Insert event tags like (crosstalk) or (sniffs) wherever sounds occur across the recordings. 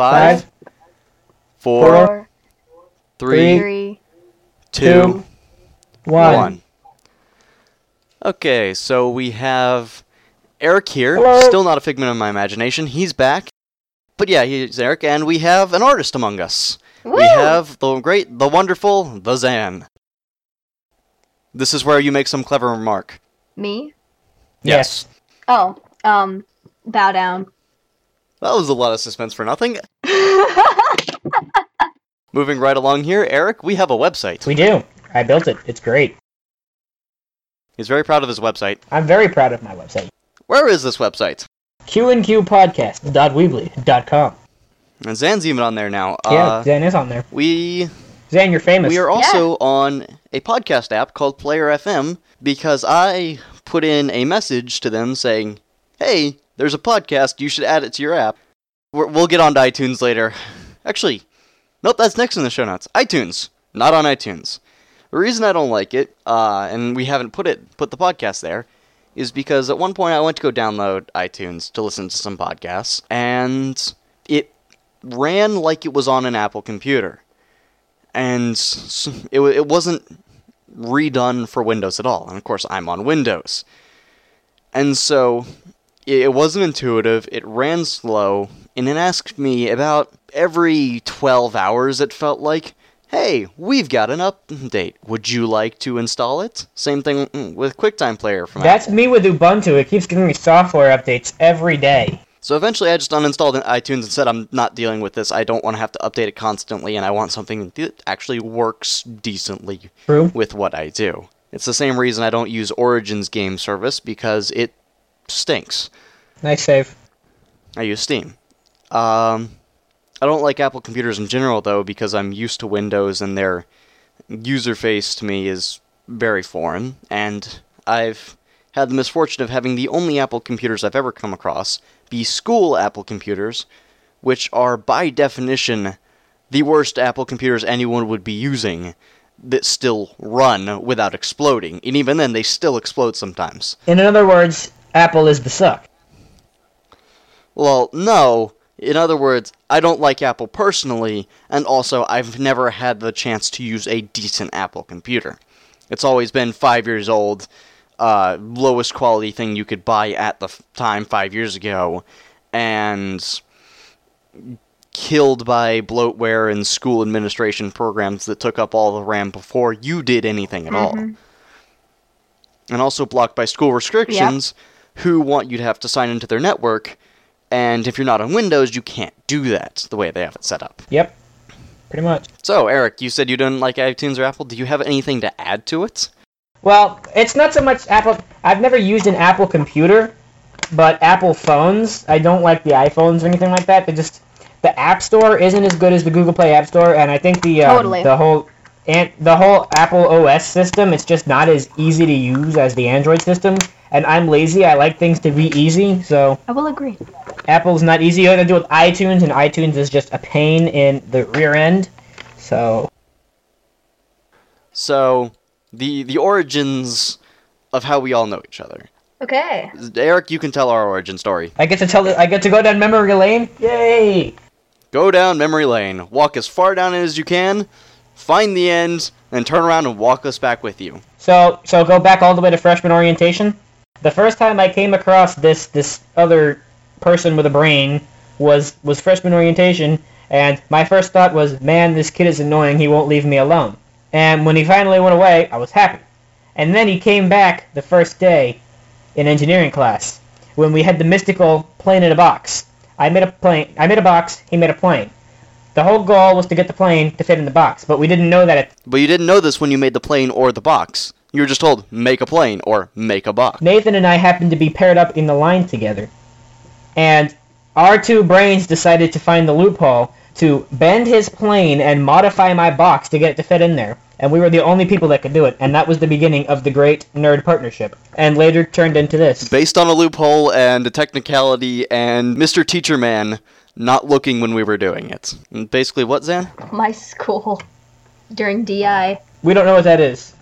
Five, four, four, three, three, two, one. one. Okay, so we have Eric here. Hello. Still not a figment of my imagination. He's back. But yeah, he's Eric, and we have an artist among us. Woo! We have the great, the wonderful, the Zan. This is where you make some clever remark. Me? Yes. Oh, um, bow down. (laughs) That was a lot of suspense for nothing. Moving right along here, Eric, we have a website. We do. I built it. It's great. He's very proud of his website. I'm very proud of my website. Where is this website? QNQpodcast.weebly.com. And Zan's even on there now. yeah, Uh, Zan is on there. we Zan, you're famous. we are also on a podcast app called Player FM because I put in a message to them saying, "Hey, there's a podcast. You should add it to your app." We're, we'll get on to iTunes later. Actually, nope. That's next in the show notes. iTunes, not on iTunes. The reason I don't like it, uh, and we haven't put it put the podcast there, is because at one point I went to go download iTunes to listen to some podcasts, and it ran like it was on an Apple computer, and s- s- it wa- it wasn't redone for Windows at all. And of course, I'm on Windows, and so it it wasn't intuitive. It ran slow, and it asked me about every 12 hours. It felt like, "Hey, we've got an update. Would you like to install it?" Same thing mm, with QuickTime Player from Apple. That's me with Ubuntu. It keeps giving me software updates every day. So eventually, I just uninstalled iTunes and said, "I'm not dealing with this. I don't want to have to update it constantly, and I want something that actually works decently True. with what I do." It's the same reason I don't use Origin's game service because it stinks. Nice save. I use Steam. Um, I don't like Apple computers in general though because I'm used to Windows and their user face to me is very foreign, and I've had the misfortune of having the only Apple computers I've ever come across be school Apple computers, which are by definition the worst Apple computers anyone would be using that still run without exploding. And even then, they still explode sometimes. In other words, Apple is the suck. Well, no. In other words, I don't like Apple personally, and also I've never had the chance to use a decent Apple computer. It's always been five years old, uh, lowest quality thing you could buy at the f- time five years ago, and killed by bloatware and school administration programs that took up all the RAM before you did anything at all. And also blocked by school restrictions who want you to have to sign into their network, and if you're not on Windows, you can't do that the way they have it set up. Yep. Pretty much. So, Eric, you said you didn't like iTunes or Apple. Do you have anything to add to it? Well, it's not so much Apple. I've never used an Apple computer, but Apple phones. I don't like the iPhones or anything like that. They just the App Store isn't as good as the Google Play App Store, and I think the um, Totally. the whole and the whole Apple OS system. It's just not as easy to use as the Android system. And I'm lazy. I like things to be easy, so I will agree. Apple's not easy. You have to deal with iTunes, and iTunes is just a pain in the rear end. So So, the the origins of how we all know each other. Okay. Eric, you can tell our origin story. I get to tell. I get to go down memory lane. Yay! Go down memory lane, walk as far down it as you can, find the end, and turn around and walk us back with you. So so go back all the way to freshman orientation. The first time I came across this this other person with a brain was was freshman orientation, and my first thought was, man, this kid is annoying. He won't leave me alone. And when he finally went away, I was happy. And then he came back the first day in engineering class when we had the mystical plane in a box. I made a plane. I made a box. He made a plane. The whole goal was to get the plane to fit in the box, but we didn't know that at But you didn't know this when you made the plane or the box. You were just told make a plane or make a box. Nathan and I happened to be paired up in the line together. And our two brains decided to find the loophole to bend his plane and modify my box to get it to fit in there. And we were the only people that could do it. And that was the beginning of the great nerd partnership. And later turned into this. Based on a loophole and a technicality and Mr. Teacher Man not looking when we were doing it. And Basically, what, Zan? My school during DI. We don't know what that is.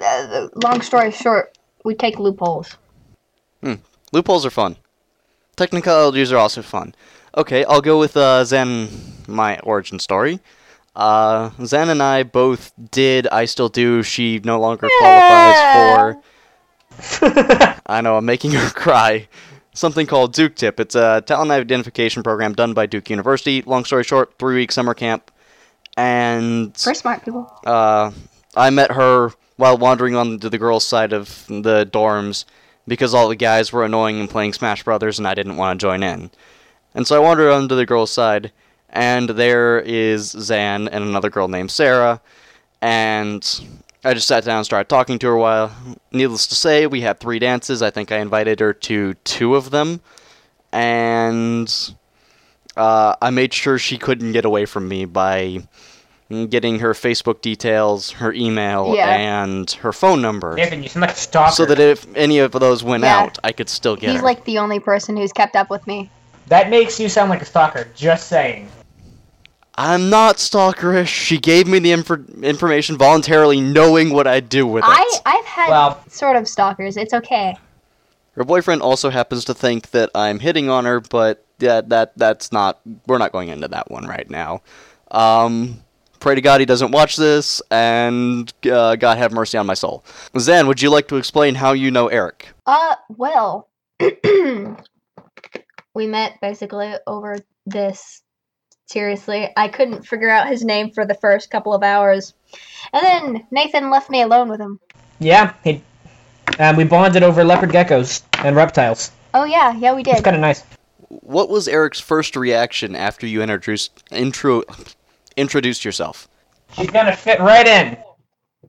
Uh, long story short, we take loopholes. Hmm. Loopholes are fun. Technicalities are also fun. Okay, I'll go with uh, Zen, my origin story. Uh, Zen and I both did, I still do, she no longer qualifies for. I know, I'm making (laughs) her cry. Something called Duke Tip. It's a talent identification program done by Duke University. Long story short, three week summer camp. And We're smart people. uh, I met her while wandering on to the girls' side of the dorms because all the guys were annoying and playing Smash Brothers, and I didn't want to join in. And so I wandered on to the girls' side, and there is Zan and another girl named Sarah, and I just sat down and started talking to her a while. Needless to say, we had three dances. I think I invited her to two of them, and uh, I made sure she couldn't get away from me by getting her Facebook details, her email, Yeah. and her phone number. Nathan, you sound like a stalker. So that if any of those went Yeah. out, I could still get He's her. like the only person who's kept up with me. that makes you sound like a stalker. Just saying. I'm not stalkerish. She gave me the infor- information voluntarily, knowing what I'd do with I it. I've had Well- sort of stalkers. It's okay. Her boyfriend also happens to think that I'm hitting on her, but that that that's not. We're not going into that one right now. Um, pray to God he doesn't watch this, and uh, God have mercy on my soul. Zan, would you like to explain how you know Eric? Uh, well, (clears throat) we met basically over this. Seriously, I couldn't figure out his name for the first couple of hours. And then Nathan left me alone with him. Yeah, he, um, we bonded over leopard geckos and reptiles. Oh, yeah, yeah, we It's did. kind of nice. What was Eric's first reaction after you introduced intro introduced yourself? She's gonna fit right in.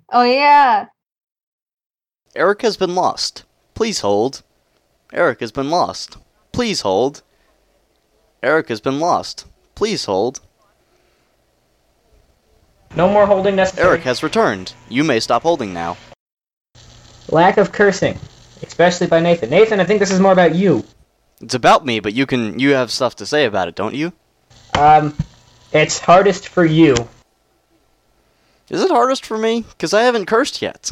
Oh, yeah. Eric has been lost. Please hold. Eric has been lost. Please hold. Eric has been lost. Please hold. No more holding necessary. Eric has returned. You may stop holding now. Lack of cursing, especially by Nathan. Nathan, I think this is more about you. It's about me, but you can you have stuff to say about it, don't you? Um, it's hardest for you. Is it hardest for me? Cause I haven't cursed yet.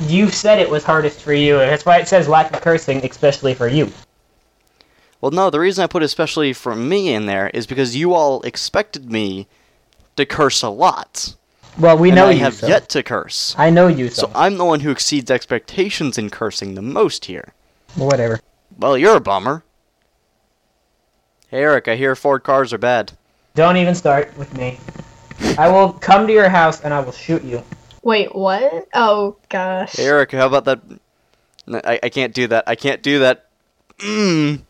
You said it was hardest for you, and that's why it says lack of cursing, especially for you. Well, no, the reason I put especially for me in there is because you all expected me to curse a lot. Well, we and know I you. have so. yet to curse. I know you, so, So I'm the one who exceeds expectations in cursing the most here. whatever. Well, you're a bummer. Hey, Eric, I hear Ford cars are bad. Don't even start with me. I will come to your house and I will shoot you. Wait, what? Oh, gosh. Hey, Eric, how about that? No, I, I can't do that. I can't do that. Mm.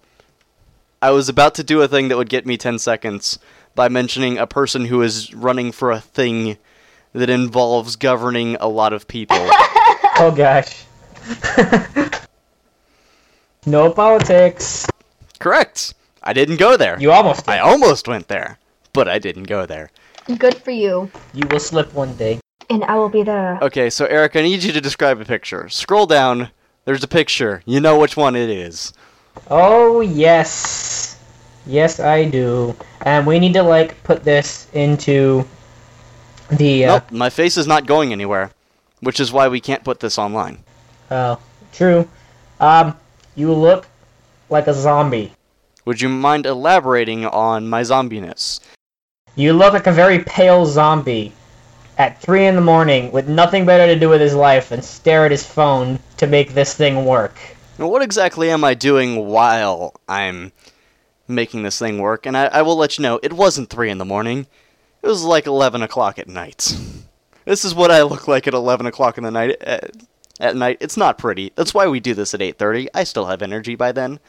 I was about to do a thing that would get me 10 seconds by mentioning a person who is running for a thing that involves governing a lot of people. Oh gosh. (laughs) no politics. Correct. I didn't go there. You almost did. I almost went there, but I didn't go there. Good for you. You will slip one day. And I will be there. Okay, so Eric, I need you to describe a picture. Scroll down. There's a picture. You know which one it is. Oh yes. Yes I do. And we need to like put this into the uh, Nope, my face is not going anywhere, which is why we can't put this online. oh, true. Um you look like a zombie. Would you mind elaborating on my zombiness? You look like a very pale zombie at three in the morning with nothing better to do with his life than stare at his phone to make this thing work. Now, what exactly am I doing while I'm making this thing work? And I, I will let you know, it wasn't 3 in the morning. It was like 11 o'clock at night. (laughs) This is what I look like at 11 o'clock in the night. At, at night, it's not pretty. That's why we do this at 8:30. I still have energy by then.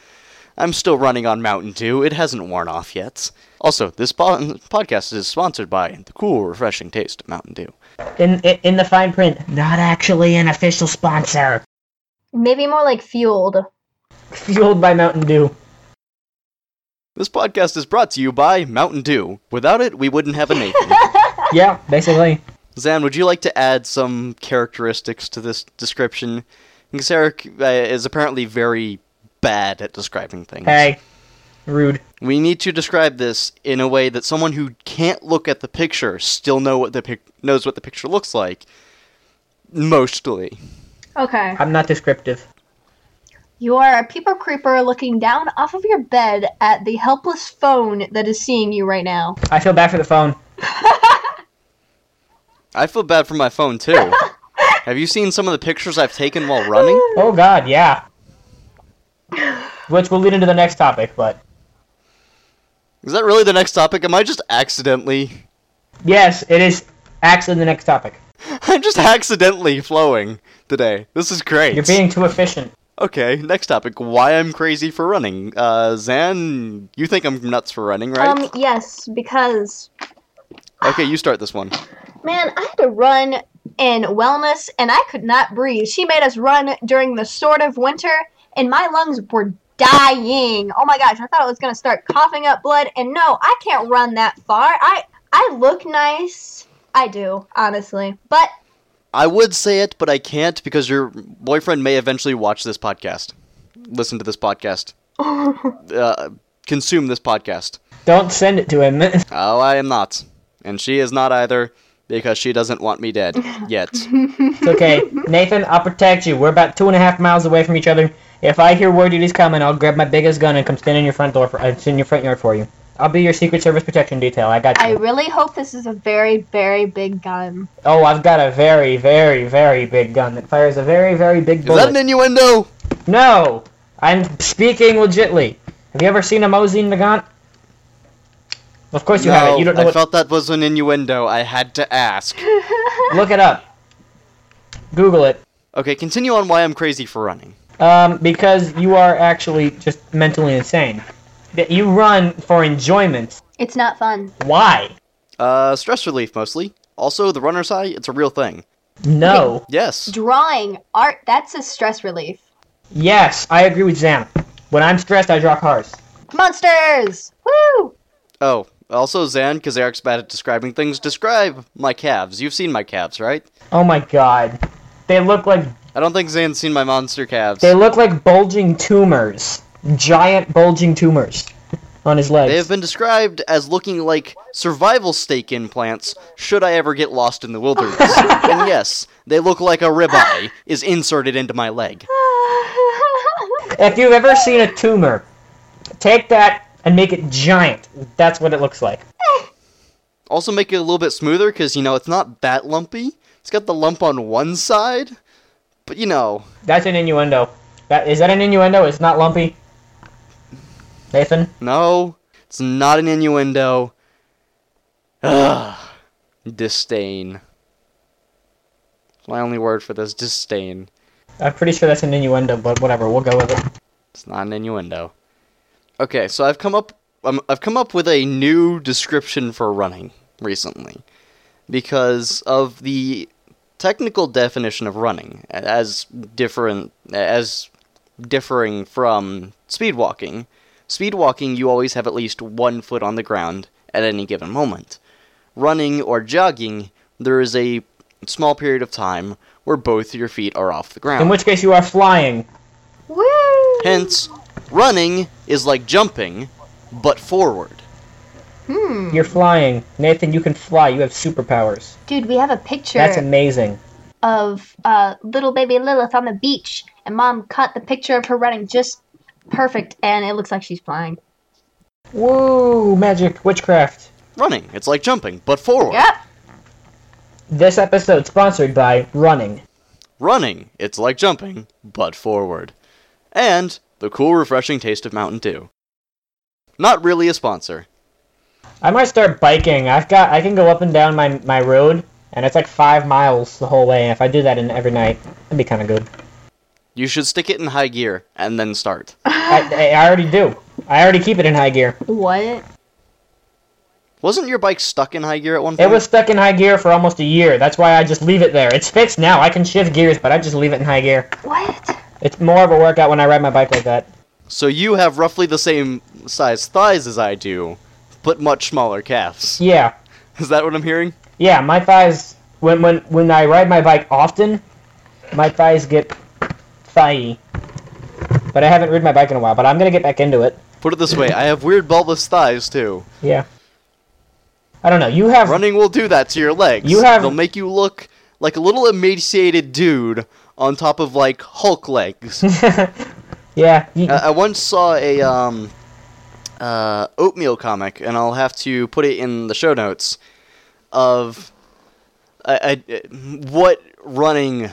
I'm still running on Mountain Dew. It hasn't worn off yet. Also, this po- (laughs) podcast is sponsored by the cool, refreshing taste of Mountain Dew. In, in in the fine print, not actually an official sponsor. Maybe more like fueled. Fueled by Mountain Dew. This podcast is brought to you by Mountain Dew. Without it, we wouldn't have a Nathan. Yeah, basically. Zan, would you like to add some characteristics to this description? Because Eric uh, is apparently very bad at describing things. Hey, rude. We need to describe this in a way that someone who can't look at the picture still know what the pic- knows what the picture looks like. Mostly. Okay. I'm not descriptive. You are a peeper creeper looking down off of your bed at the helpless phone that is seeing you right now. I feel bad for the phone. I feel bad for my phone too. Have you seen some of the pictures I've taken while running? Oh God, yeah. Which will lead into the next topic, but Is that really the next topic? Am I just accidentally? (laughs) yes, it is actually the next topic. I'm just accidentally flowing today. This is great. You're being too efficient. Okay, next topic. Why I'm crazy for running. Uh, Zan, you think I'm nuts for running, right? Um, yes, because okay, you start this one. man, I had to run in wellness and I could not breathe. She made us run during the sort of winter and my lungs were dying. Oh my gosh, I thought I was gonna start coughing up blood and no, I can't run that far. I I look nice. I do, honestly. But (laughs) I would say it, but I can't because your boyfriend may eventually watch this podcast, listen to this podcast, uh, consume this podcast. Don't send it to him. (laughs) Oh, I am not. And she is not either because she doesn't want me dead yet. It's okay, Nathan. I'll protect you. We're about two and a half miles away from each other. If I hear word he's coming, I'll grab my biggest gun and come stand in your front door. For, uh, stand in your front yard for you. I'll be your Secret Service protection detail. I got I you. really hope this is a very, very big gun. (laughs) Oh, I've got a very, very, very big gun that fires a very, very big Is bullet. that an innuendo? No, I'm speaking legitly. Have you ever seen a Mosin Nagant? Of course you no, haven't. You don't know I what. felt that was an innuendo. I had to ask. Look it up. Google it. Okay, continue on why I'm crazy for running. Um, because you are actually just mentally insane. That you run for enjoyment. It's not fun. Why? Uh, stress relief mostly. Also, the runner's high, it's a real thing. No. Yes. Drawing, art, that's a stress relief. Yes, I agree with Zam. When I'm stressed, I draw cars. Monsters! Woo! (laughs) Oh, also, Zan, because Eric's bad at describing things, describe my calves. You've seen my calves, right? Oh my god. They look like I don't think Zan's seen my monster calves. they look like bulging tumors. Giant bulging tumors on his legs. They have been described as looking like survival steak implants should I ever get lost in the wilderness. and yes, they look like a ribeye is inserted into my leg. If you've ever seen a tumor, take that and make it giant. That's what it looks like. Also, make it a little bit smoother because, you know, it's not that lumpy. It's got the lump on one side, but, you know, That's an innuendo. That is that an innuendo? It's not lumpy. Nathan, no, it's not an innuendo. Ugh. Disdain. My only word for this disdain. I'm pretty sure that's an innuendo, but whatever, we'll go with it. It's not an innuendo. Okay, so I've come up um, I've come up with a new description for running recently because of the technical definition of running as different as differing from speed walking. Speed walking you always have at least one foot on the ground at any given moment. Running or jogging, there is a small period of time where both your feet are off the ground. In which case you are flying. Woo! Hence, running is like jumping, but forward. Hmm. You're flying. Nathan, you can fly. You have superpowers. Dude, we have a picture That's amazing. of uh, little baby Lilith on the beach, and mom caught the picture of her running just perfect, and it looks like she's flying. Woo, magic, witchcraft. Running, it's like jumping, but forward. Yep. This episode sponsored by running. Running, it's like jumping, but forward. And the cool, refreshing taste of Mountain Dew. Not really a sponsor. I might start biking. I've got I can go up and down my my road, and it's like five miles the whole way. And if I do that in every night, that'd be kind of good. You should stick it in high gear and then start. I, I I already do. I already keep it in high gear. What? Wasn't your bike stuck in high gear at one It point? was stuck in high gear for almost a year. That's why I just leave it there. It's fixed now. I can shift gears, but I just leave it in high gear. What? It's more of a workout when I ride my bike like that. So you have roughly the same size thighs as I do, but much smaller calves. Yeah, Is that what I'm hearing? yeah. My thighs when when when I ride my bike often, my thighs get thighy. But I haven't ridden my bike in a while. But I'm gonna get back into it. Put it this way I have weird bulbous thighs too. Yeah. I don't know. You have Running will do that to your legs. You have- They'll make you look (laughs) like a little emaciated dude on top of like Hulk legs. (laughs) Yeah. You, I I once saw a um, uh, oatmeal comic, and I'll have to put it in the show notes of I, I, what running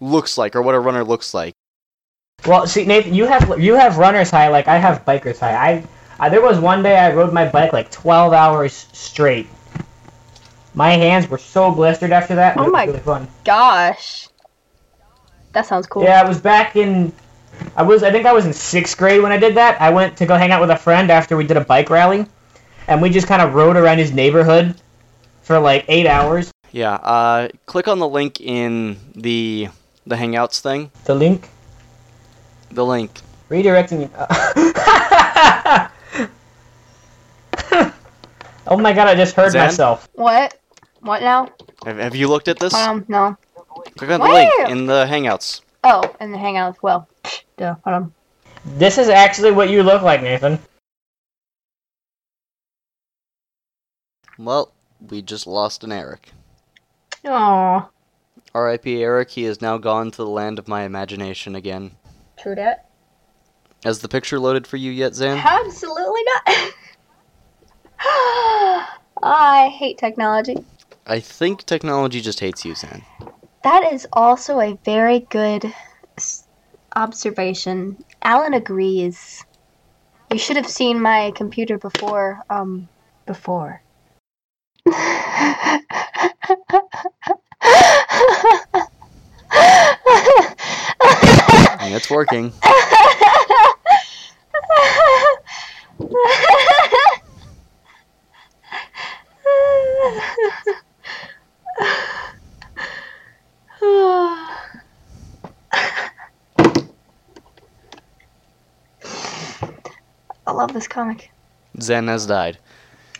looks like, or what a runner looks like. Well, see, Nathan, you have you have runner's high, like I have biker's high. I, I there was one day I rode my bike like twelve hours straight. My hands were so blistered after that. but Oh it was my- Really fun. Gosh, that sounds cool. Yeah, I was back in. I was. I think I was in sixth grade when I did that. I went to go hang out with a friend after we did a bike rally, and we just kind of rode around his neighborhood for like eight hours. Yeah. Uh, click on the link in the the Hangouts thing. The link The link. redirecting. you- (laughs) oh my god! I just heard Zan? myself. What? What now? Have, have you looked at this? Um, no. click on the link where? in the Hangouts. Oh, and the hangout as well. (sniffs) Duh. Hold on. This is actually what you look like, Nathan. Well, we just lost an Eric. Aw. R.I.P. Eric. He is now gone to the land of my imagination again. True that. Has the picture loaded for you yet, Zan? Absolutely not. (sighs) I hate technology. I think technology just hates you, Zan. That is also a very good s- observation. Alan agrees. You should have seen my computer before. Um, before. And it's working. (laughs) I love this comic. Zen has died.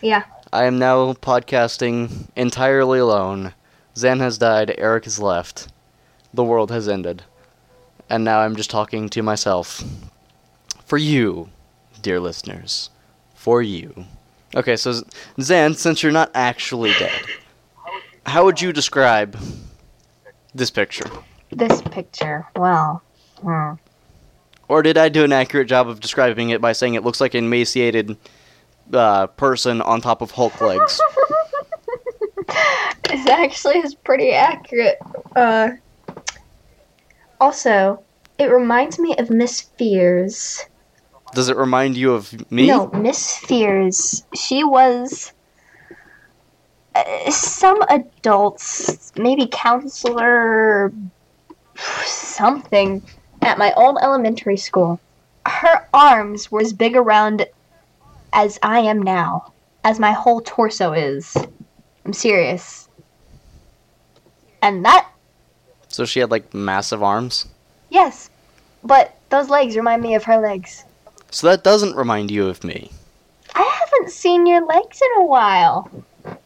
Yeah. I am now podcasting entirely alone. Zan has died, Eric is left. The world has ended. And now I'm just talking to myself. For you, dear listeners. For you. Okay, so Z- Zan, since you're not actually dead, how would you describe this picture? This picture. Well, hmm. Or did I do an accurate job of describing it by saying it looks like an emaciated uh, person on top of Hulk legs? It actually is pretty accurate. Uh, also, it reminds me of Miss Fears. Does it remind you of me? No, Miss Fears. She was uh, some adults, maybe counselor, something, at my old elementary school. Her arms were as big around as I am now, as my whole torso is. I'm serious. And that, So she had like massive arms. yes, but those legs remind me of her legs. So that doesn't remind you of me. I haven't seen your legs in a while.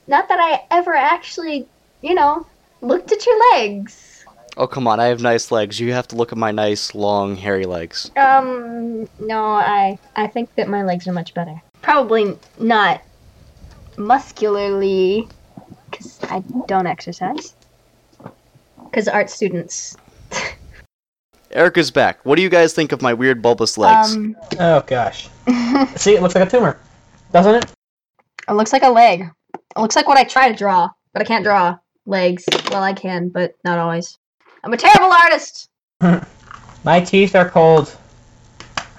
Not that I ever actually, you know, looked at your legs. Oh come on, I have nice legs. You have to look at my nice long hairy legs. Um, no, I I think that my legs are much better. Probably not muscularly cuz I don't exercise. Cuz art students. Eric is back. What do you guys think of my weird bulbous legs? Um, (laughs) Oh gosh. See, it looks like a tumor, doesn't it? it looks like a leg. It looks like what I try to draw, but I can't draw legs. Well, I can, but not always. I'm a terrible artist. My teeth are cold.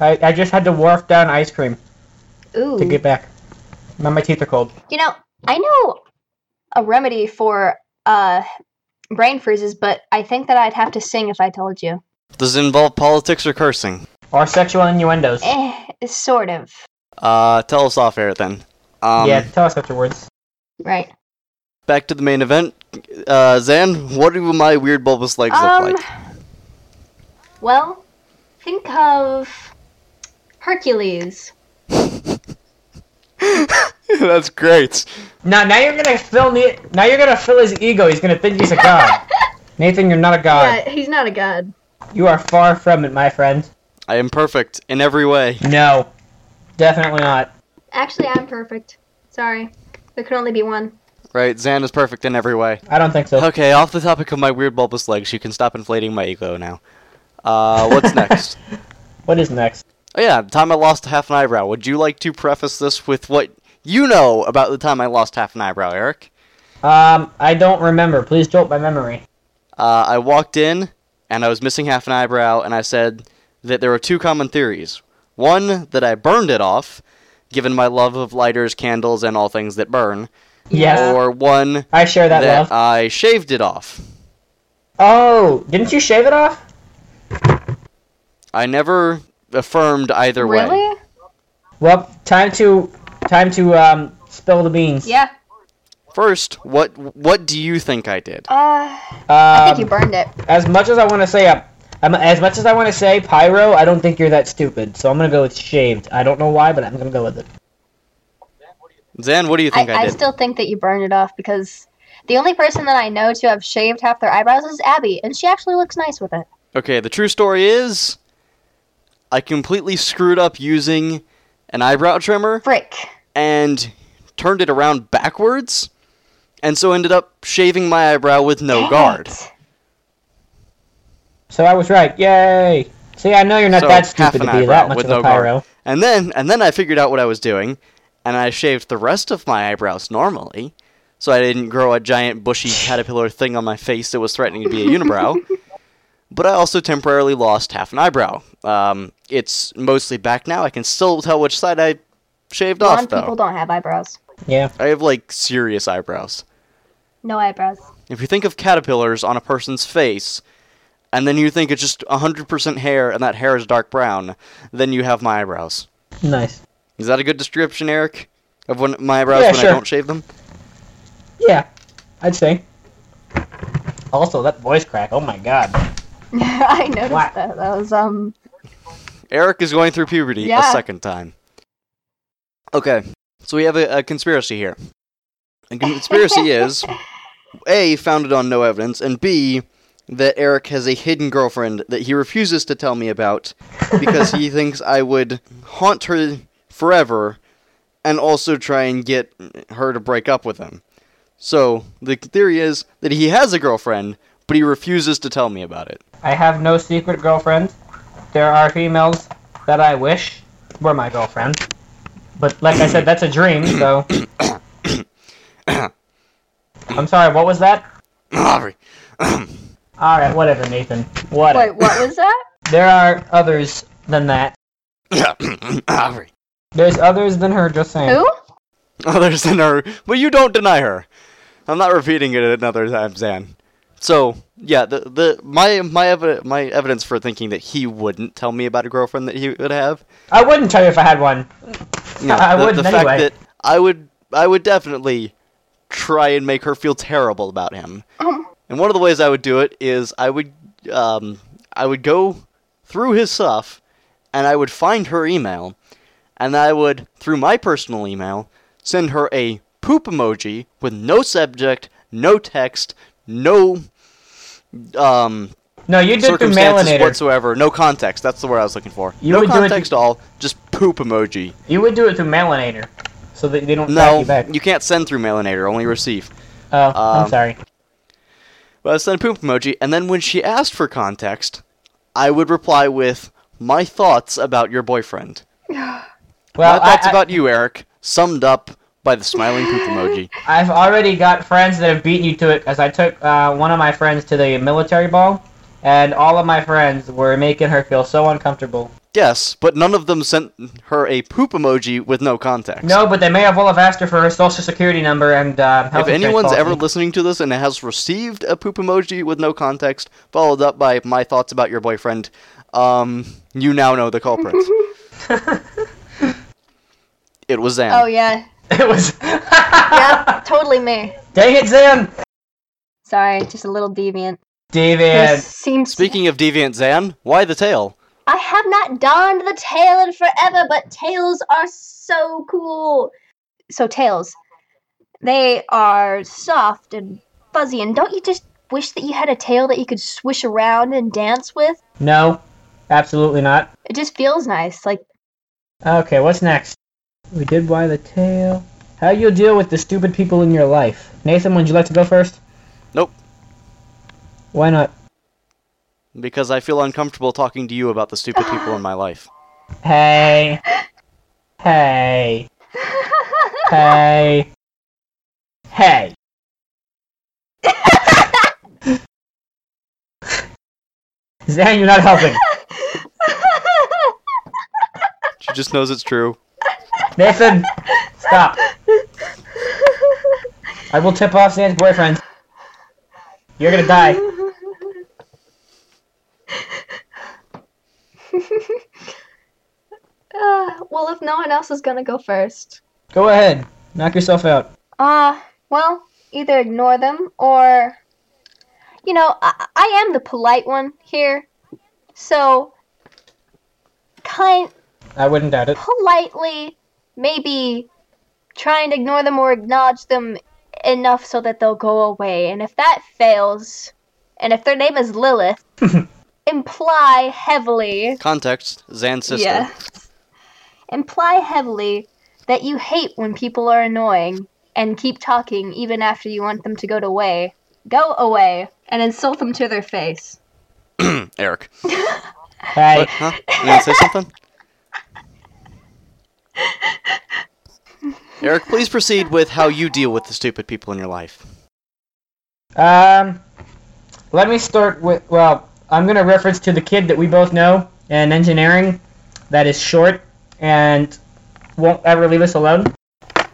I, I just had to wharf down ice cream Ooh. to get back. Now my teeth are cold. You know, I know a remedy for uh brain freezes, but I think that I'd have to sing if I told you. Does it involve politics or cursing? Or sexual innuendos. Eh, sort of, Uh, tell us off air then. Um, yeah, tell us afterwards. right? Back to the main event. Uh, Zan, what do my weird bulbous legs Um, look like? (laughs) well, think of Hercules. That's great. Now, now you're gonna fill Ne- now you're gonna fill his ego. He's gonna think he's a god. Nathan, you're not a god. he's not a god. You are far from it, my friend. I am perfect in every way. No, definitely not. Actually, I'm perfect. Sorry, there could only be one. Right, Zan is perfect in every way. I don't think so. Okay, off the topic of my weird bulbous legs, you can stop inflating my ego now. Uh, what's next? What is next? Oh yeah, the time I lost half an eyebrow. Would you like to preface this with what you know about the time I lost half an eyebrow, Eric? Um, I don't remember. Please jolt my memory. Uh, I walked in and I was missing half an eyebrow, and I said that there were two common theories. One that I burned it off, given my love of lighters, candles, and all things that burn, Yes, or one I share Uh, that, that love. I shaved it off. oh, didn't you shave it off? I never affirmed either way. Really? Well, time to time to um spill the beans. Yeah. First, what what do you think I did? Uh, I think Um, you burned it. as much as I want to say, uh, um, as much as I want to say pyro, I don't think you're that stupid. So I'm gonna go with shaved. I don't know why, but I'm gonna go with it. Zan, what do you I, think I, I, did? still think that you burned it off because the only person that I know to have shaved half their eyebrows is Abby, and she actually looks nice with it. Okay, the true story is I completely screwed up using an eyebrow trimmer Frick. and turned it around backwards, and so ended up shaving my eyebrow with no Dang guard. it. So I was right. Yay! See, I know you're not So, that half stupid to an be eyebrow that much with of a no guard. pyro. And then and then I figured out what I was doing, and I shaved the rest of my eyebrows normally, so I didn't grow a giant bushy caterpillar thing on my face that was threatening to be a unibrow. (laughs) but I also temporarily lost half an eyebrow. Um, it's mostly back now. I can still tell which side I shaved off Blonde though. people don't have eyebrows. Yeah. I have like serious eyebrows. No eyebrows. (laughs) If you think of caterpillars on a person's face, and then you think it's just 100% hair and that hair is dark brown, then you have my eyebrows. Nice. Is that a good description, Eric? Of when my eyebrows Yeah, when sure. I don't shave them? Yeah, I'd say. Also, that voice crack. Oh my god. I noticed What? that. That was um. Eric is going through puberty a Yeah. second time. Okay, so we have a, a conspiracy here. A conspiracy is A, founded on no evidence, and B, that Eric has a hidden girlfriend that he refuses to tell me about because he thinks I would haunt her forever and also try and get her to break up with him. So, the theory is that he has a girlfriend, but he refuses to tell me about it. I have no secret girlfriend. There are females that I wish were my girlfriend. But like I said, that's a dream, (coughs) so. I'm sorry, what was that? Alright, whatever, Nathan. Wait, Whatever. what was (laughs) that? There are others than that. Avery. There's others than her, just saying. Who? (laughs) others than her, but you don't deny her. I'm not repeating it another time, Zan. So yeah, the the my my evi- my evidence for thinking that he wouldn't tell me about a girlfriend that he would have. I wouldn't tell you if I had one. you know, (laughs) I the, wouldn't the fact anyway. that I would I would definitely try and make her feel terrible about him. and one of the ways I would do it is I would um I would go through his stuff and I would find her email and I would through my personal email send her a poop emoji with no subject, no text, no um No, you did through circumstances Mailinator. whatsoever, no context. That's the word I was looking for. You no would do it- context at all, just poop emoji. You would do it through Mailinator. So that they don't track No, you back. you can't send through Mailinator, only receive. oh, I'm um, sorry. But I sent a poop emoji, and then when she asked for context, I would reply with my thoughts about your boyfriend. Well, my thoughts I, I, about you, Eric, summed up by the smiling poop (laughs) emoji. I've already got friends that have beaten you to it, as I took uh, one of my friends to the military ball, and all of my friends were making her feel so uncomfortable. Yes, but none of them sent her a poop emoji with no context. No, but they may have well have asked her for her social security number and uh, health If insurance anyone's policy. (laughs) ever listening to this and has received a poop emoji with no context, followed up by my thoughts about your boyfriend, um, you now know the (laughs) culprit. it was Zan. Oh yeah, it was. yeah, (laughs) totally me. (laughs) Dang it, Zan! Sorry, just a little deviant. This David, seems. Speaking of deviant Zan, why the tail? I have not donned the tail in forever, but tails are so cool. So tails, they are soft and fuzzy, and don't you just wish that you had a tail that you could swish around and dance with? no, absolutely not. It just feels nice. Like (laughs) Okay, what's next? We did why the tail. How you deal with the stupid people in your life, Nathan? Would you like to go first? Nope. Why not? because I feel uncomfortable talking to you about the stupid people in my life. Hey. Hey. Hey. Hey. Zan, you're not helping. She just knows it's true. Nathan, stop. I will tip off Zan's boyfriend. You're gonna die. Uh, (sighs) well, if no one else is gonna go first, Go ahead. Knock yourself out. uh, well, either ignore them or, you know, I, I am the polite one here, so kind I wouldn't doubt it. politely, maybe try and ignore them or acknowledge them enough so that they'll go away. And if that fails, and if their name is Lilith, imply heavily, Context: Zan's sister. yeah, imply heavily that you hate when people are annoying and keep talking even after you want them to go away. Go away and insult them to their face. Eric. Hey. What? Huh? You gonna say something? Eric, please proceed with how you deal with the stupid people in your life. Um, let me start with. Well, I'm gonna reference to the kid that we both know in engineering, that is short and won't ever leave us alone.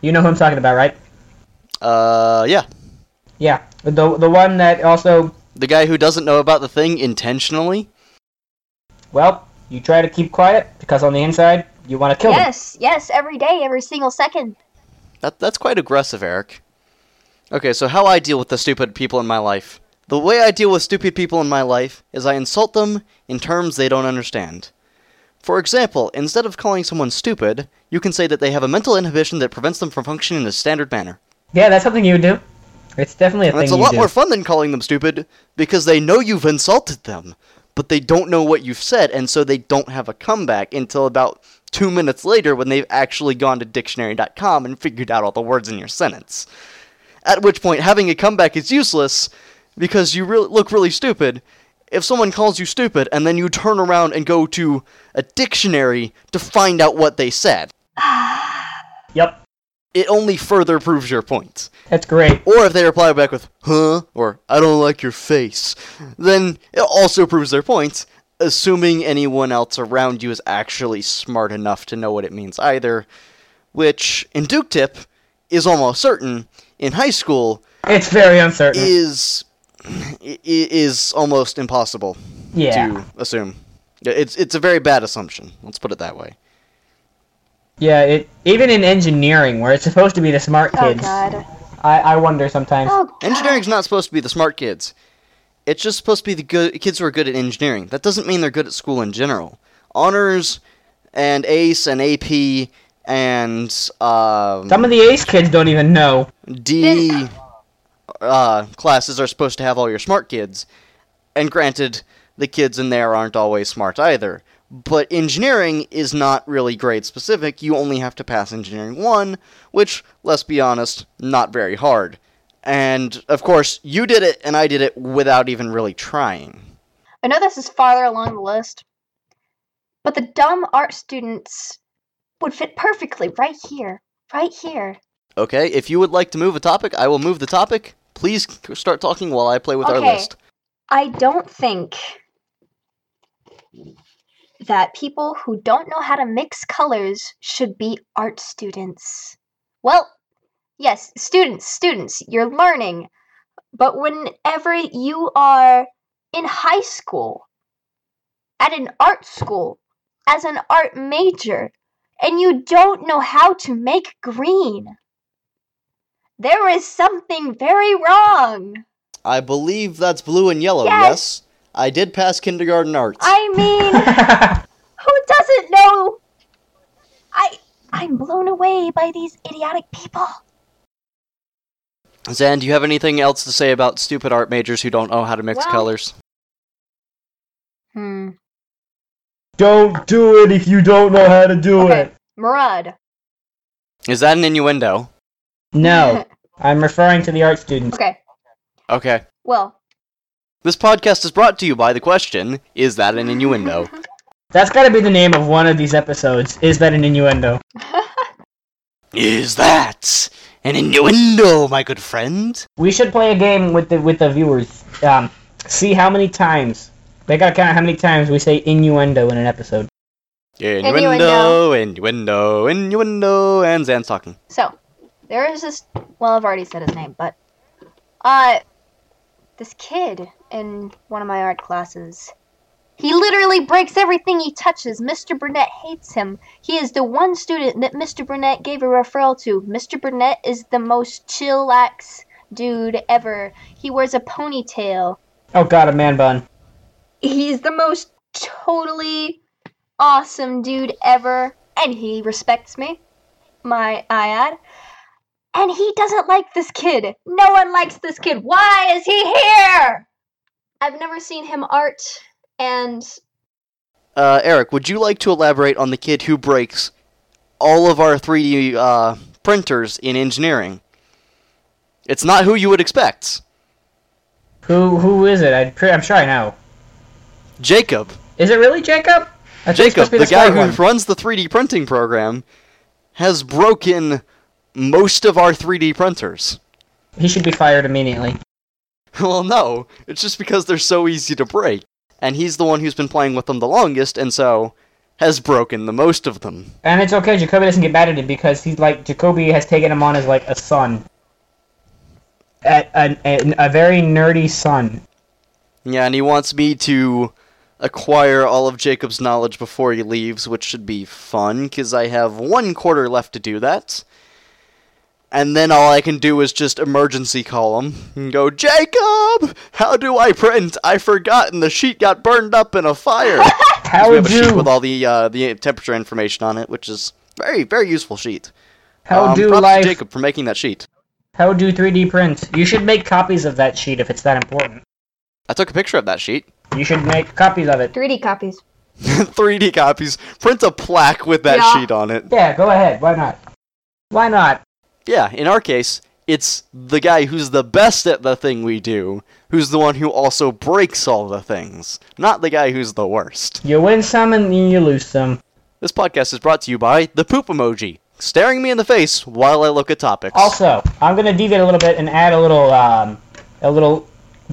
You know who I'm talking about, right? Uh, yeah. Yeah, the the one that also. The guy who doesn't know about the thing intentionally? Well, you try to keep quiet because on the inside you want to kill them. Yes, yes, every day, every single second. That, that's quite aggressive, Eric. Okay, so how I deal with the stupid people in my life. The way I deal with stupid people in my life is I insult them in terms they don't understand. For example, instead of calling someone stupid, you can say that they have a mental inhibition that prevents them from functioning in a standard manner. Yeah, that's something you would do. It's definitely a And thing it's a you lot do. more fun than calling them stupid because they know you've insulted them, but they don't know what you've said, and so they don't have a comeback until about two minutes later when they've actually gone to dictionary.com and figured out all the words in your sentence. At which point, having a comeback is useless because you re- look really stupid. If someone calls you stupid and then you turn around and go to a dictionary to find out what they said, Yep, it only further proves your point. that's great. Or if they reply back with, huh, or I don't like your face, then it also proves their point, assuming anyone else around you is actually smart enough to know what it means either, which, in Duke Tip, is almost certain, in high school, It's very uncertain. is i- is almost impossible yeah, to assume. It's, it's a very bad assumption, let's put it that way. yeah. It even in engineering where it's supposed to be the smart Oh, kids. God. I I wonder sometimes. Oh, God. Engineering's not supposed to be the smart kids. It's just supposed to be the good kids who are good at engineering. That doesn't mean they're good at school in general. Honors and ACE and AP and um, Some of the ace kids don't even know. D uh, classes are supposed to have all your smart kids. And granted, the kids in there aren't always smart either. But engineering is not really grade specific. You only have to pass engineering 1, which, let's be honest, not very hard. And of course, you did it and I did it without even really trying. I know this is farther along the list, but the dumb art students would fit perfectly right here. Right here. Okay, if you would like to move a topic, I will move the topic. Please c- start talking while I play with our Okay. list. I don't think that people who don't know how to mix colors should be art students. Well, yes, students, students, you're learning. But whenever you are in high school, at an art school, as an art major, and you don't know how to make green, there is something very wrong. I believe that's blue and yellow, Yes. yes? I did pass kindergarten arts. I mean. Who doesn't know? I I'm blown away by these idiotic people. Zan, do you have anything else to say about stupid art majors who don't know how to mix Well- colors? Hmm. (laughs) don't do it if you don't know how to do Okay, Murad. Is that an innuendo? (laughs) No, I'm referring to the art students. okay. Okay. Well, This podcast is brought to you by the question Is that an innuendo? That's got to be the name of one of these episodes. Is that an innuendo? is that an innuendo, my good friend? We should play a game with the with the viewers. Um, see how many times they gotta count how many times we say innuendo in an episode. Innuendo, innuendo, innuendo, and Zan's talking. So, there is this. Well, I've already said his name, but uh, this kid in one of my art classes, he literally breaks everything he touches. Mr. Burnett hates him. He is the one student that Mr. Burnett gave a referral to. Mr. Burnett is the most chillax dude ever. He wears a ponytail. Oh god, a man bun. He's the most totally awesome dude ever, and he respects me, my IAD. And he doesn't like this kid. No one likes this kid. Why is he here? I've never seen him art, and Uh, Eric, would you like to elaborate on the kid who breaks all of our 3D uh, printers in engineering? It's not who you would expect. Who who is it? i pre- I'm sure I know. Jacob. Is it really Jacob? I think (laughs) it's Jacob, supposed to be the guy smart who one. runs the 3D printing program, has broken most of our 3D printers. (laughs) he should be fired immediately. well, no, it's just because they're so easy to break. And he's the one who's been playing with them the longest, and so has broken the most of them. And it's okay, Jacoby doesn't get mad at him because he's like Jacoby has taken him on as like a son. A, a, a, a very nerdy son. Yeah, and he wants me to acquire all of Jacob's knowledge before he leaves, which should be fun, because I have one quarter left to do that. And then all I can do is just emergency call him and go, Jacob! How do I print? I forgot, and the sheet got burned up in a fire. 'Cause (laughs) How we have would a sheet with you? all the uh, the temperature information on it, which is very very useful sheet. How um, do props to life? Jacob for making that sheet. How do 3D prints? You should make copies of that sheet if it's that important. I took a picture of that sheet. (laughs) You should make copies of it. 3D copies. 3D copies. Print a plaque with that Yeah. sheet on it. Yeah, go ahead. Why not? Why not? Yeah, in our case, it's the guy who's the best at the thing we do, who's the one who also breaks all the things, not the guy who's the worst. You win some and you lose some. This podcast is brought to you by the poop emoji, staring me in the face while I look at topics. Also, I'm gonna deviate a little bit and add a little, um, a little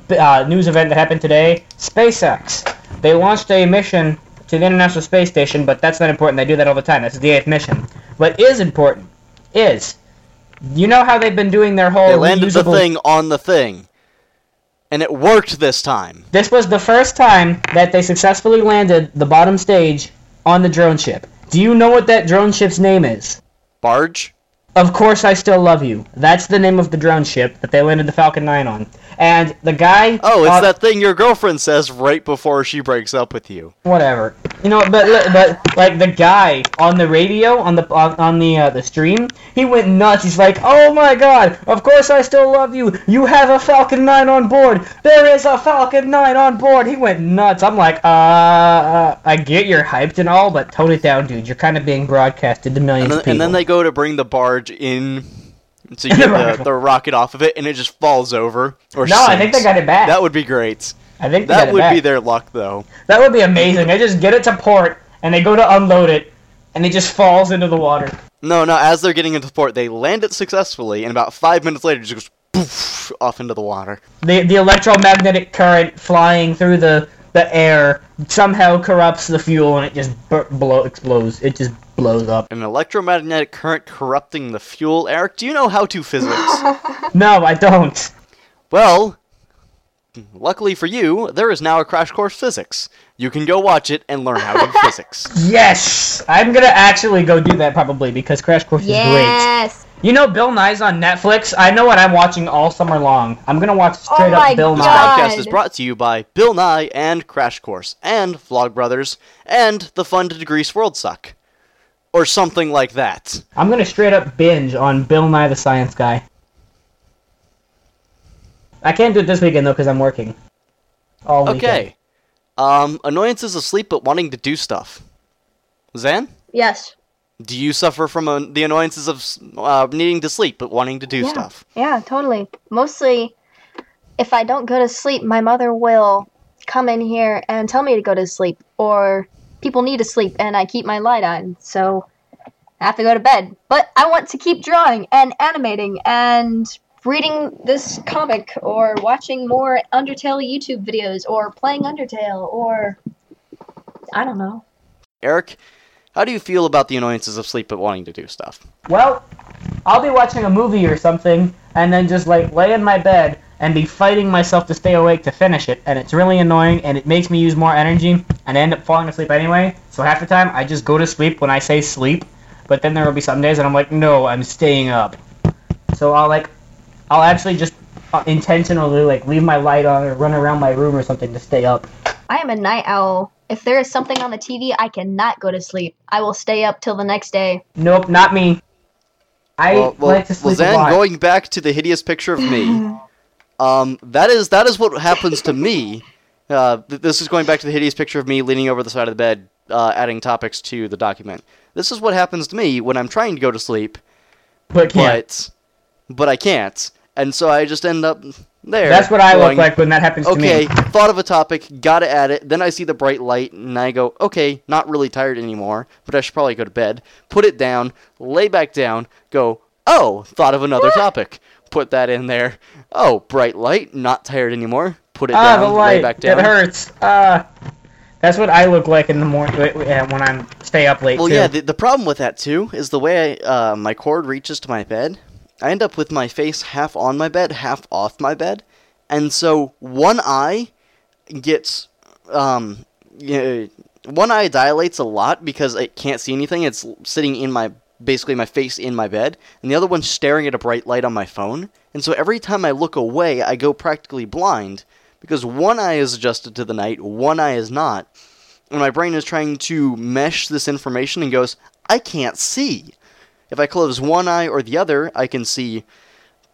uh, news event that happened today. SpaceX. They launched a mission to the International Space Station, but that's not important. They do that all the time. That's the eighth mission. What is important is, you know how they've been doing their whole they landed the reusable- thing on the thing, and it worked this time. This was the first time that they successfully landed the bottom stage on the drone ship. Do you know what that drone ship's name is? Barge? Of course, I still love you. That's the name of the drone ship that they landed the Falcon 9 on. And the guy. Oh, it's uh, that thing your girlfriend says right before she breaks up with you. whatever. You know, but li- but like the guy on the radio on the on, on the uh, the stream, he went nuts. He's like, "Oh my god! Of course I still love you. You have a Falcon 9 on board. There is a Falcon 9 on board." He went nuts. I'm like, uh, "Uh, I get you're hyped and all, but tone it down, dude. You're kind of being broadcasted to millions And then, of people." and then they go to bring the barge in (laughs) to get the, the rocket off of it, and it just falls over. Or no, I think sinks. they got it (laughs) back. That would be great. I think they got That it would back. be their luck, though. That would be amazing. They just get it to port and they go to unload it, and it just falls into the water. No, no. As they're getting into port, they land it successfully, and about five minutes later, it just goes poof off into the water. the the electromagnetic current flying through the the air somehow corrupts the fuel and it just bur- blow explodes. It just blows up. An electromagnetic current corrupting the fuel. Eric, do you know how to physics? No, I don't. well, luckily for you, there is now a crash course physics. You can go watch it and learn how to do physics. Yes, I'm gonna actually go do that probably because Crash Course is Yes. great. You know Bill Nye's on Netflix. I know what I'm watching all summer long. I'm gonna watch straight my up Bill This God. Nye. podcast is brought to you by Bill Nye and Crash Course and Vlogbrothers and the fun to degrees world suck, or something like that. I'm gonna straight up binge on Bill Nye the Science Guy. I can't do it this weekend though because I'm working. All weekend. Okay. Um, annoyances of sleep but wanting to do stuff. Zan, Yes. do you suffer from uh, the annoyances of s- uh, needing to sleep but wanting to do Yeah. stuff? Yeah, totally. Mostly if I don't go to sleep, my mother will come in here and tell me to go to sleep, or people need to sleep, and I keep my light on, so I have to go to bed. But I want to keep drawing and animating and reading this comic, or watching more Undertale YouTube videos, or playing Undertale, or I don't know. Eric, how do you feel about the annoyances of sleep but wanting to do stuff? Well, I'll be watching a movie or something, and then just like lay in my bed and be fighting myself to stay awake to finish it, and it's really annoying, and it makes me use more energy, and I end up falling asleep anyway. So half the time, I just go to sleep when I say sleep, but then there will be some days that I'm like, no, I'm staying up. So I'll like, I'll actually just uh, intentionally like leave my light on or run around my room or something to stay up. I am a night owl. If there is something on the TV, I cannot go to sleep. I will stay up till the next day. Nope, not me. I well, well, like to sleep well, a then lot. going back to the hideous picture of (laughs) me, um, that is that is what happens to me. Uh, th- this is going back to the hideous picture of me leaning over the side of the bed, uh, adding topics to the document. This is what happens to me when I'm trying to go to sleep, but can't. but but I can't, and so I just end up there. That's what I look going, like when that happens to Okay, me. thought of a topic, gotta add it. Then I see the bright light, and I go, okay, not really tired anymore, but I should probably go to bed. Put it down, lay back down, go, oh, thought of (laughs) another topic. Put that in there. Oh, bright light, not tired anymore. Put it Ah, down, the light. lay back down. It hurts. Ah. that's what I look like in the morning when I'm stay up late Well, too. yeah, the, the problem with that, too, is the way I, uh, my cord reaches to my bed, I end up with my face half on my bed, half off my bed. And so one eye gets. Um, y- one eye dilates a lot because it can't see anything. It's sitting in my. Basically, my face in my bed, and the other one's staring at a bright light on my phone. And so every time I look away, I go practically blind because one eye is adjusted to the night, one eye is not and my brain is trying to mesh this information and goes, I can't see. If I close one eye or the other, I can see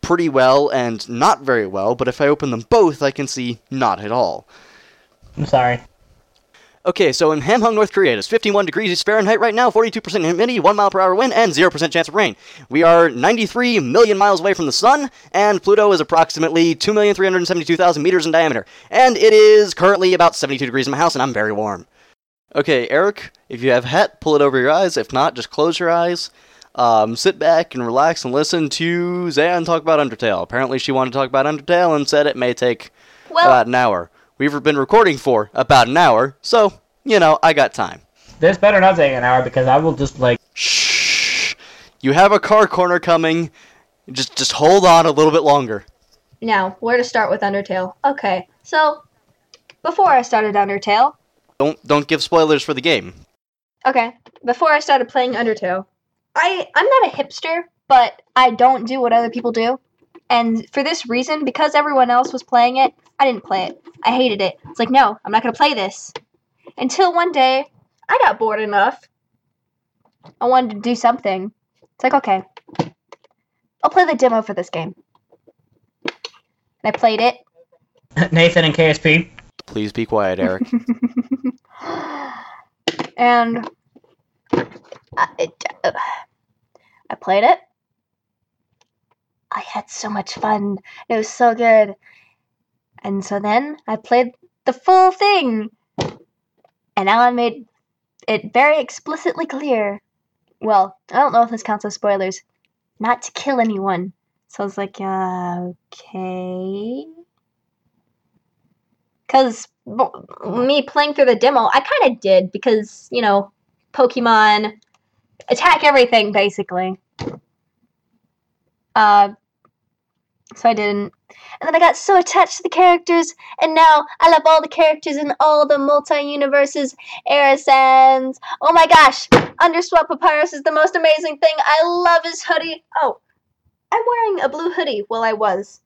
pretty well and not very well, but if I open them both, I can see not at all. I'm sorry. Okay, so in Hamhung, North Korea, it is 51 degrees Fahrenheit right now, 42% humidity, 1 mile per hour wind, and 0% chance of rain. We are 93 million miles away from the sun, and Pluto is approximately 2,372,000 meters in diameter. And it is currently about 72 degrees in my house, and I'm very warm. Okay, Eric, if you have a hat, pull it over your eyes. If not, just close your eyes. Um, sit back and relax and listen to Zan talk about Undertale. Apparently, she wanted to talk about Undertale and said it may take Well, about an hour. We've been recording for about an hour, so, you know, I got time. This better not take an hour because I will just like (laughs) Shh. You have a car corner coming. Just just hold on a little bit longer. Now, where to start with Undertale? Okay, so before I started Undertale, Don't don't give spoilers for the game. okay, before I started playing Undertale, I I'm not a hipster, but I don't do what other people do. And for this reason, because everyone else was playing it, I didn't play it. I hated it. It's like, no, I'm not going to play this. Until one day, I got bored enough. I wanted to do something. It's like, okay, I'll play the demo for this game. And I played it. Nathan and KSP. Please be quiet, Eric. (laughs) and I, it, uh, I played it. I had so much fun. It was so good. And so then I played the full thing. And Alan made it very explicitly clear. Well, I don't know if this counts as spoilers. Not to kill anyone. So I was like, uh, okay. Because me playing through the demo, I kind of did because, you know, Pokemon attack everything basically. Uh, so I didn't. And then I got so attached to the characters, and now I love all the characters in all the multi universes. Aerosens. Oh my gosh! Underswell Papyrus is the most amazing thing. I love his hoodie. Oh, I'm wearing a blue hoodie. Well, I was.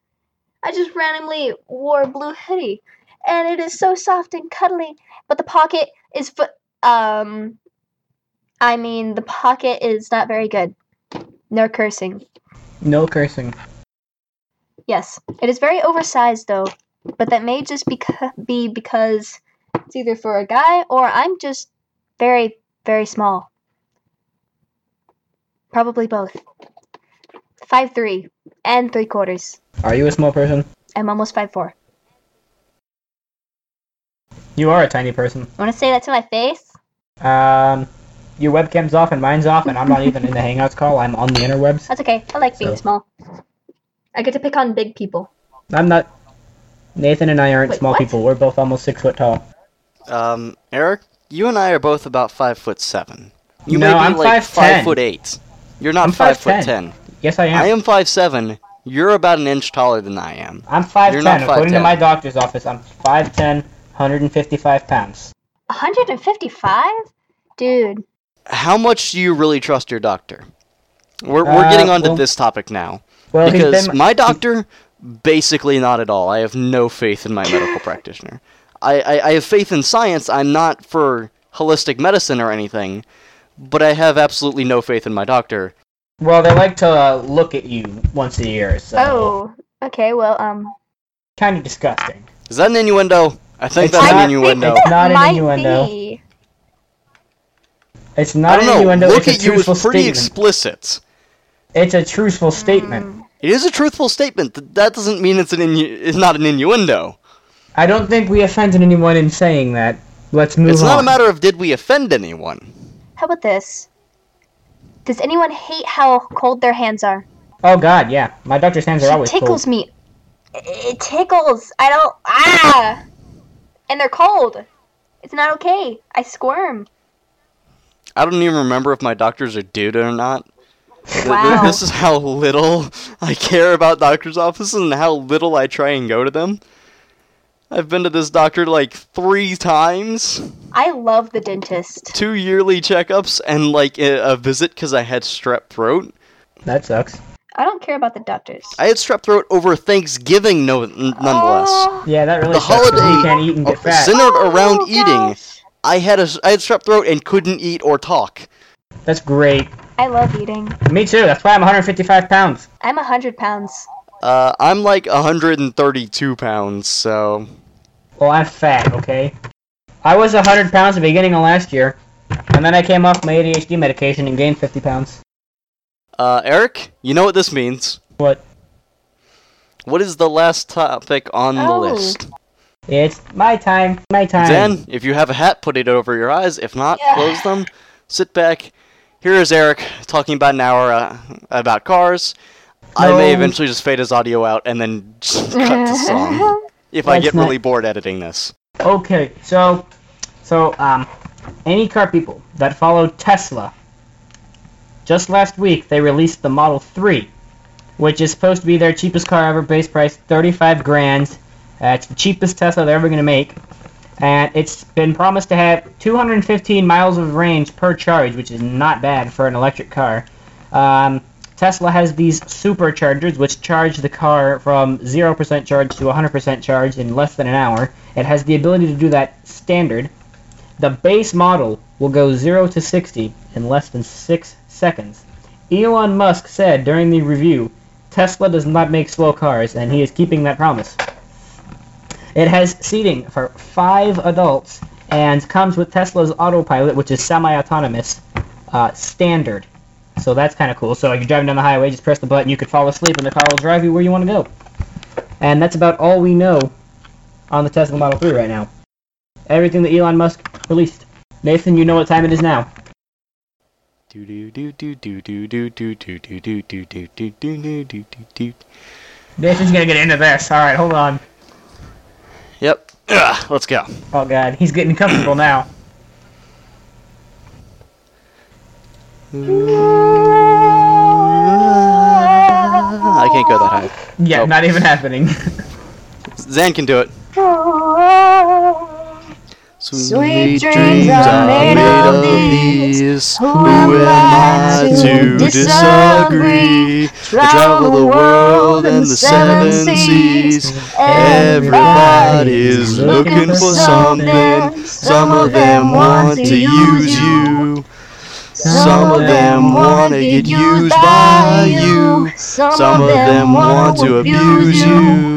I just randomly wore a blue hoodie and it is so soft and cuddly. But the pocket is fo- um, I mean the pocket is not very good. No cursing. No cursing. Yes, it is very oversized though, but that may just beca- be because it's either for a guy or I'm just very very small. Probably both. Five three and three quarters. Are you a small person? I'm almost 5'4. You are a tiny person. Want to say that to my face? Um, your webcam's off and mine's off, and I'm not even in the Hangouts call. I'm on the interwebs. That's okay. I like being So- small. I get to pick on big people. I'm not. Nathan and I aren't Wait, small what? people. We're both almost six foot tall. Um, Eric, you and I are both about five foot seven. You No, may be I'm like 5'10". five foot eight. You're not I'm five foot 5'10". ten. Yes, I am. I am five seven. You're about an inch taller than I am. I'm 5'10. You're not According to 5'10. my doctor's office, I'm 5'10, 155 pounds. 155? Dude. How much do you really trust your doctor? We're we're Uh, getting onto well- this topic now. Well, he's because been- my doctor basically not at all i have no faith in my medical practitioner I, I, I have faith in science i'm not for holistic medicine or anything but i have absolutely no faith in my doctor Well, they like to uh, look at you once a year, so. Oh. Okay, well, um. Kind of disgusting. is that an innuendo i think It's that's not- an innuendo (laughs) It's not an might innuendo. be. It's i not an don't know innuendo, look it's a at you is truthful pretty statement. explicit It's a truthful Hmm. statement. it is a truthful statement Th- that doesn't mean it's an innu- it's not an innuendo I don't think we offended anyone in saying that. Let's move it's on. not a matter of did we offend anyone How about this? Does anyone hate how cold their hands are? oh god, yeah. My doctor's hands are It always tickles cold. me. It tickles. I don't. Ah! And they're cold. It's not okay. I squirm. I don't even remember if my doctor's a dude or not. Th- th- Wow. This is how little I care about doctor's offices and how little I try and go to them. I've been to this doctor like three times, I love the dentist. two yearly checkups, and like a, a visit because I had strep throat. That sucks. I don't care about the doctors. I had strep throat over Thanksgiving, no, n- nonetheless. Oh, Yeah, that really The sucks 'cause holiday- you can't eat and get Oh, fat. sin- Centered around oh, eating. gosh. I had a s- I had strep throat and couldn't eat or talk. That's great. I love eating. Me too. That's why I'm 155 pounds. I'm 100 pounds. Uh, I'm like 132 pounds, so Well, I'm fat, okay? I was 100 pounds at the beginning of last year, and then I came off my ADHD medication and gained 50 pounds. uh, Eric, you know what this means. What? What is the last topic on the Oh. list? It's my time, my time. Then, if you have a hat, put it over your eyes. If not, Yeah. close them. Sit back. Here is Eric talking about an hour uh, about cars. I may No. eventually just fade his audio out and then just (laughs) cut the (laughs) song (laughs) if I That's get not- really bored editing this. Okay, so, so um, any car people that follow Tesla. Just last week, they released the Model 3, which is supposed to be their cheapest car ever, base price 35 grand. Uh, it's the cheapest Tesla they're ever going to make, and it's been promised to have 215 miles of range per charge, which is not bad for an electric car. Um, Tesla has these superchargers which charge the car from 0% charge to 100% charge in less than an hour. It has the ability to do that standard. The base model will go 0 to 60 in less than 6 seconds. Elon Musk said during the review, Tesla does not make slow cars, and he is keeping that promise. It has seating for five adults and comes with Tesla's autopilot, which is semi-autonomous, uh, standard. So that's kind of cool. So if you're driving down the highway, just press the button. You could fall asleep, and the car will drive you where you want to go. And that's about all we know on the Tesla Model 3 right now. Everything that Elon Musk released. Nathan, you know what time it is now. Do do do do do do do do do do do do do do do do do do do. Nathan's gonna get into this. All right, hold on. Yep. Ugh, let's go. Oh god, he's getting comfortable now. I can't go that high. Yeah, Oh. not even happening. Zan can do it. Sweet dreams are made of these. Who am I to disagree? I travel the world and the seven seas. Everybody's looking for something. Some of them want to use you. Some of them want to get used by you. Some of them want to abuse you.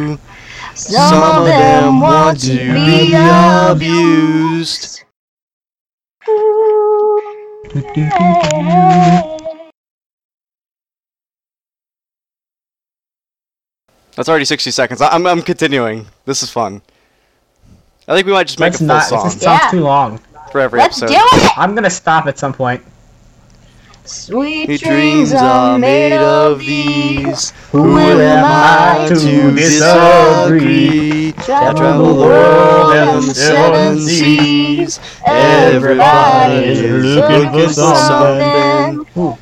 Some of them want to be abused. That's already 60 seconds. I- I'm, I'm continuing. This is fun. I think we might just make That's a full song not. (laughs) This is- sounds Yeah. too long. for every Let's do episode. it! I'm gonna stop at some point. Sweet Your dreams are made of these. Who am I to disagree? I travel the world and the seven seas. Everybody Everybody is is looking for something. something.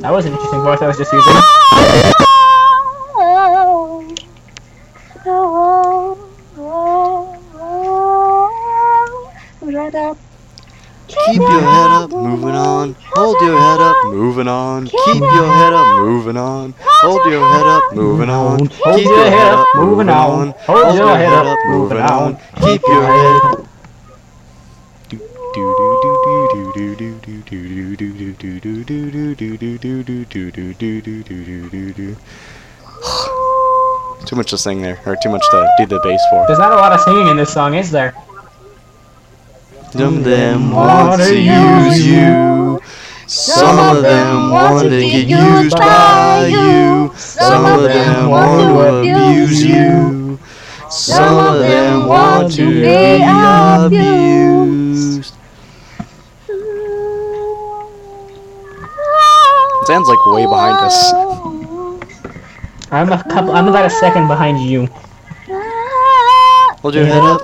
That was an interesting voice I was just using. Right up. Keep your head up, moving on. Hold your head up, moving on. Keep your head up, moving on. Hold your head up, moving on. Hold Keep your head up, moving on. Hold your head up, moving on. Keep your head up. Too much to sing there, or (sighs) too much to do the bass for. There's not a lot of singing in this song, is there? Some of them want want to to use use you. Some of them want to get used by you. Some of them want to abuse you. Some of them want to be abused. Sounds like way behind us. I'm a couple. I'm about a second behind you. Hold your head up.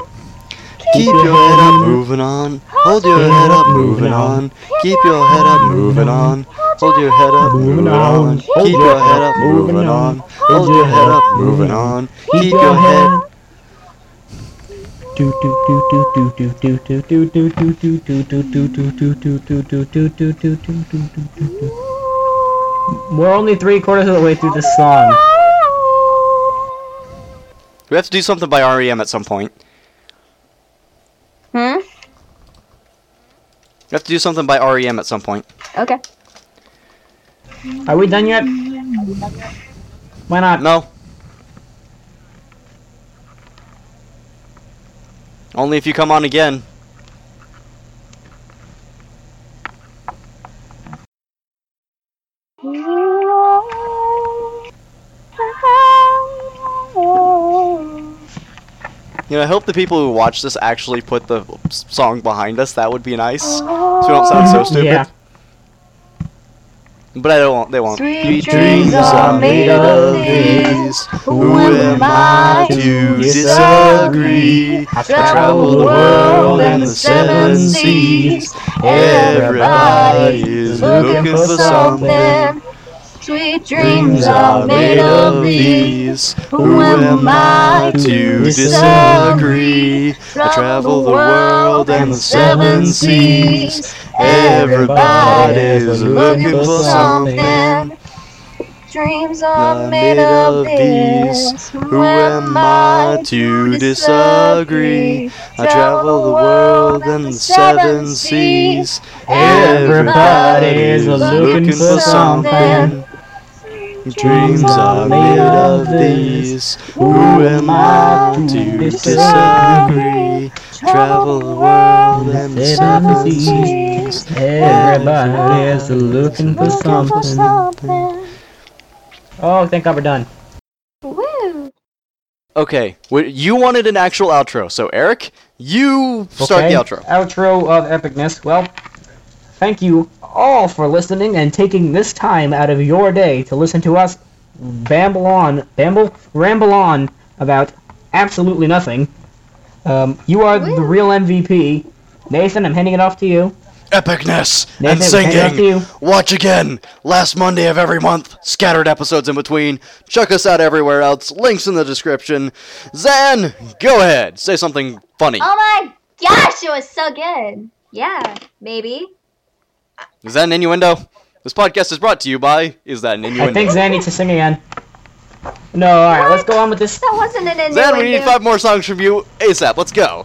Keep your head up, moving on. Hold your head up, moving on. Keep your head up, moving on. Hold your head up, moving on. Keep your head up, moving on. Hold your head up, moving on. Keep your head. Do do do do do do do do do do do do do do do do do do do do do do do do do. We're only three quarters of the way through this song. We have to do something by REM at some point. Hmm? We have to do something by REM at some point. Okay. Are we done yet? Why not? No. Only if you come on again. You know, I hope the people who watch this actually put the s- song behind us. That would be nice. So we don't sound so stupid. Yeah. But I don't want, they won't. Sweet dreams are made of these. Who am I to disagree? I I travel the world and the seven seas. Everybody is looking for something. Sweet Dreams are made of these. Who am I to disagree? I travel the world and the seven seas. Everybody's looking for something. Dreams are made of these. Who am I to disagree? I travel the world and the seven seas. Everybody's looking for something. Dreams are made of these. Who am I to disagree? Travel the world and the seven seas. Everybody's looking for something. Oh, thank God we're done. Woo! Okay, wait, you wanted an actual outro, so Eric, you start Okay, the outro. Outro of epicness. Well, thank you all for listening and taking this time out of your day to listen to us bamble on, bamble, ramble on about absolutely nothing. Um, you are the real MVP, Nathan. I'm handing it off to you. Epicness and Nathan, handing it off to singing. you. Watch again, last Monday of every month, scattered episodes in between. Check us out everywhere else, links in the description. Zan, go ahead, say something funny. Oh my gosh, it was so good. Yeah, maybe. Is that an innuendo? This podcast is brought to you by Is That an Innuendo? I think Zan needs to sing again. No, all right, let's go on with this. That wasn't an innuendo. Zan, we need five more songs from you ASAP, let's go.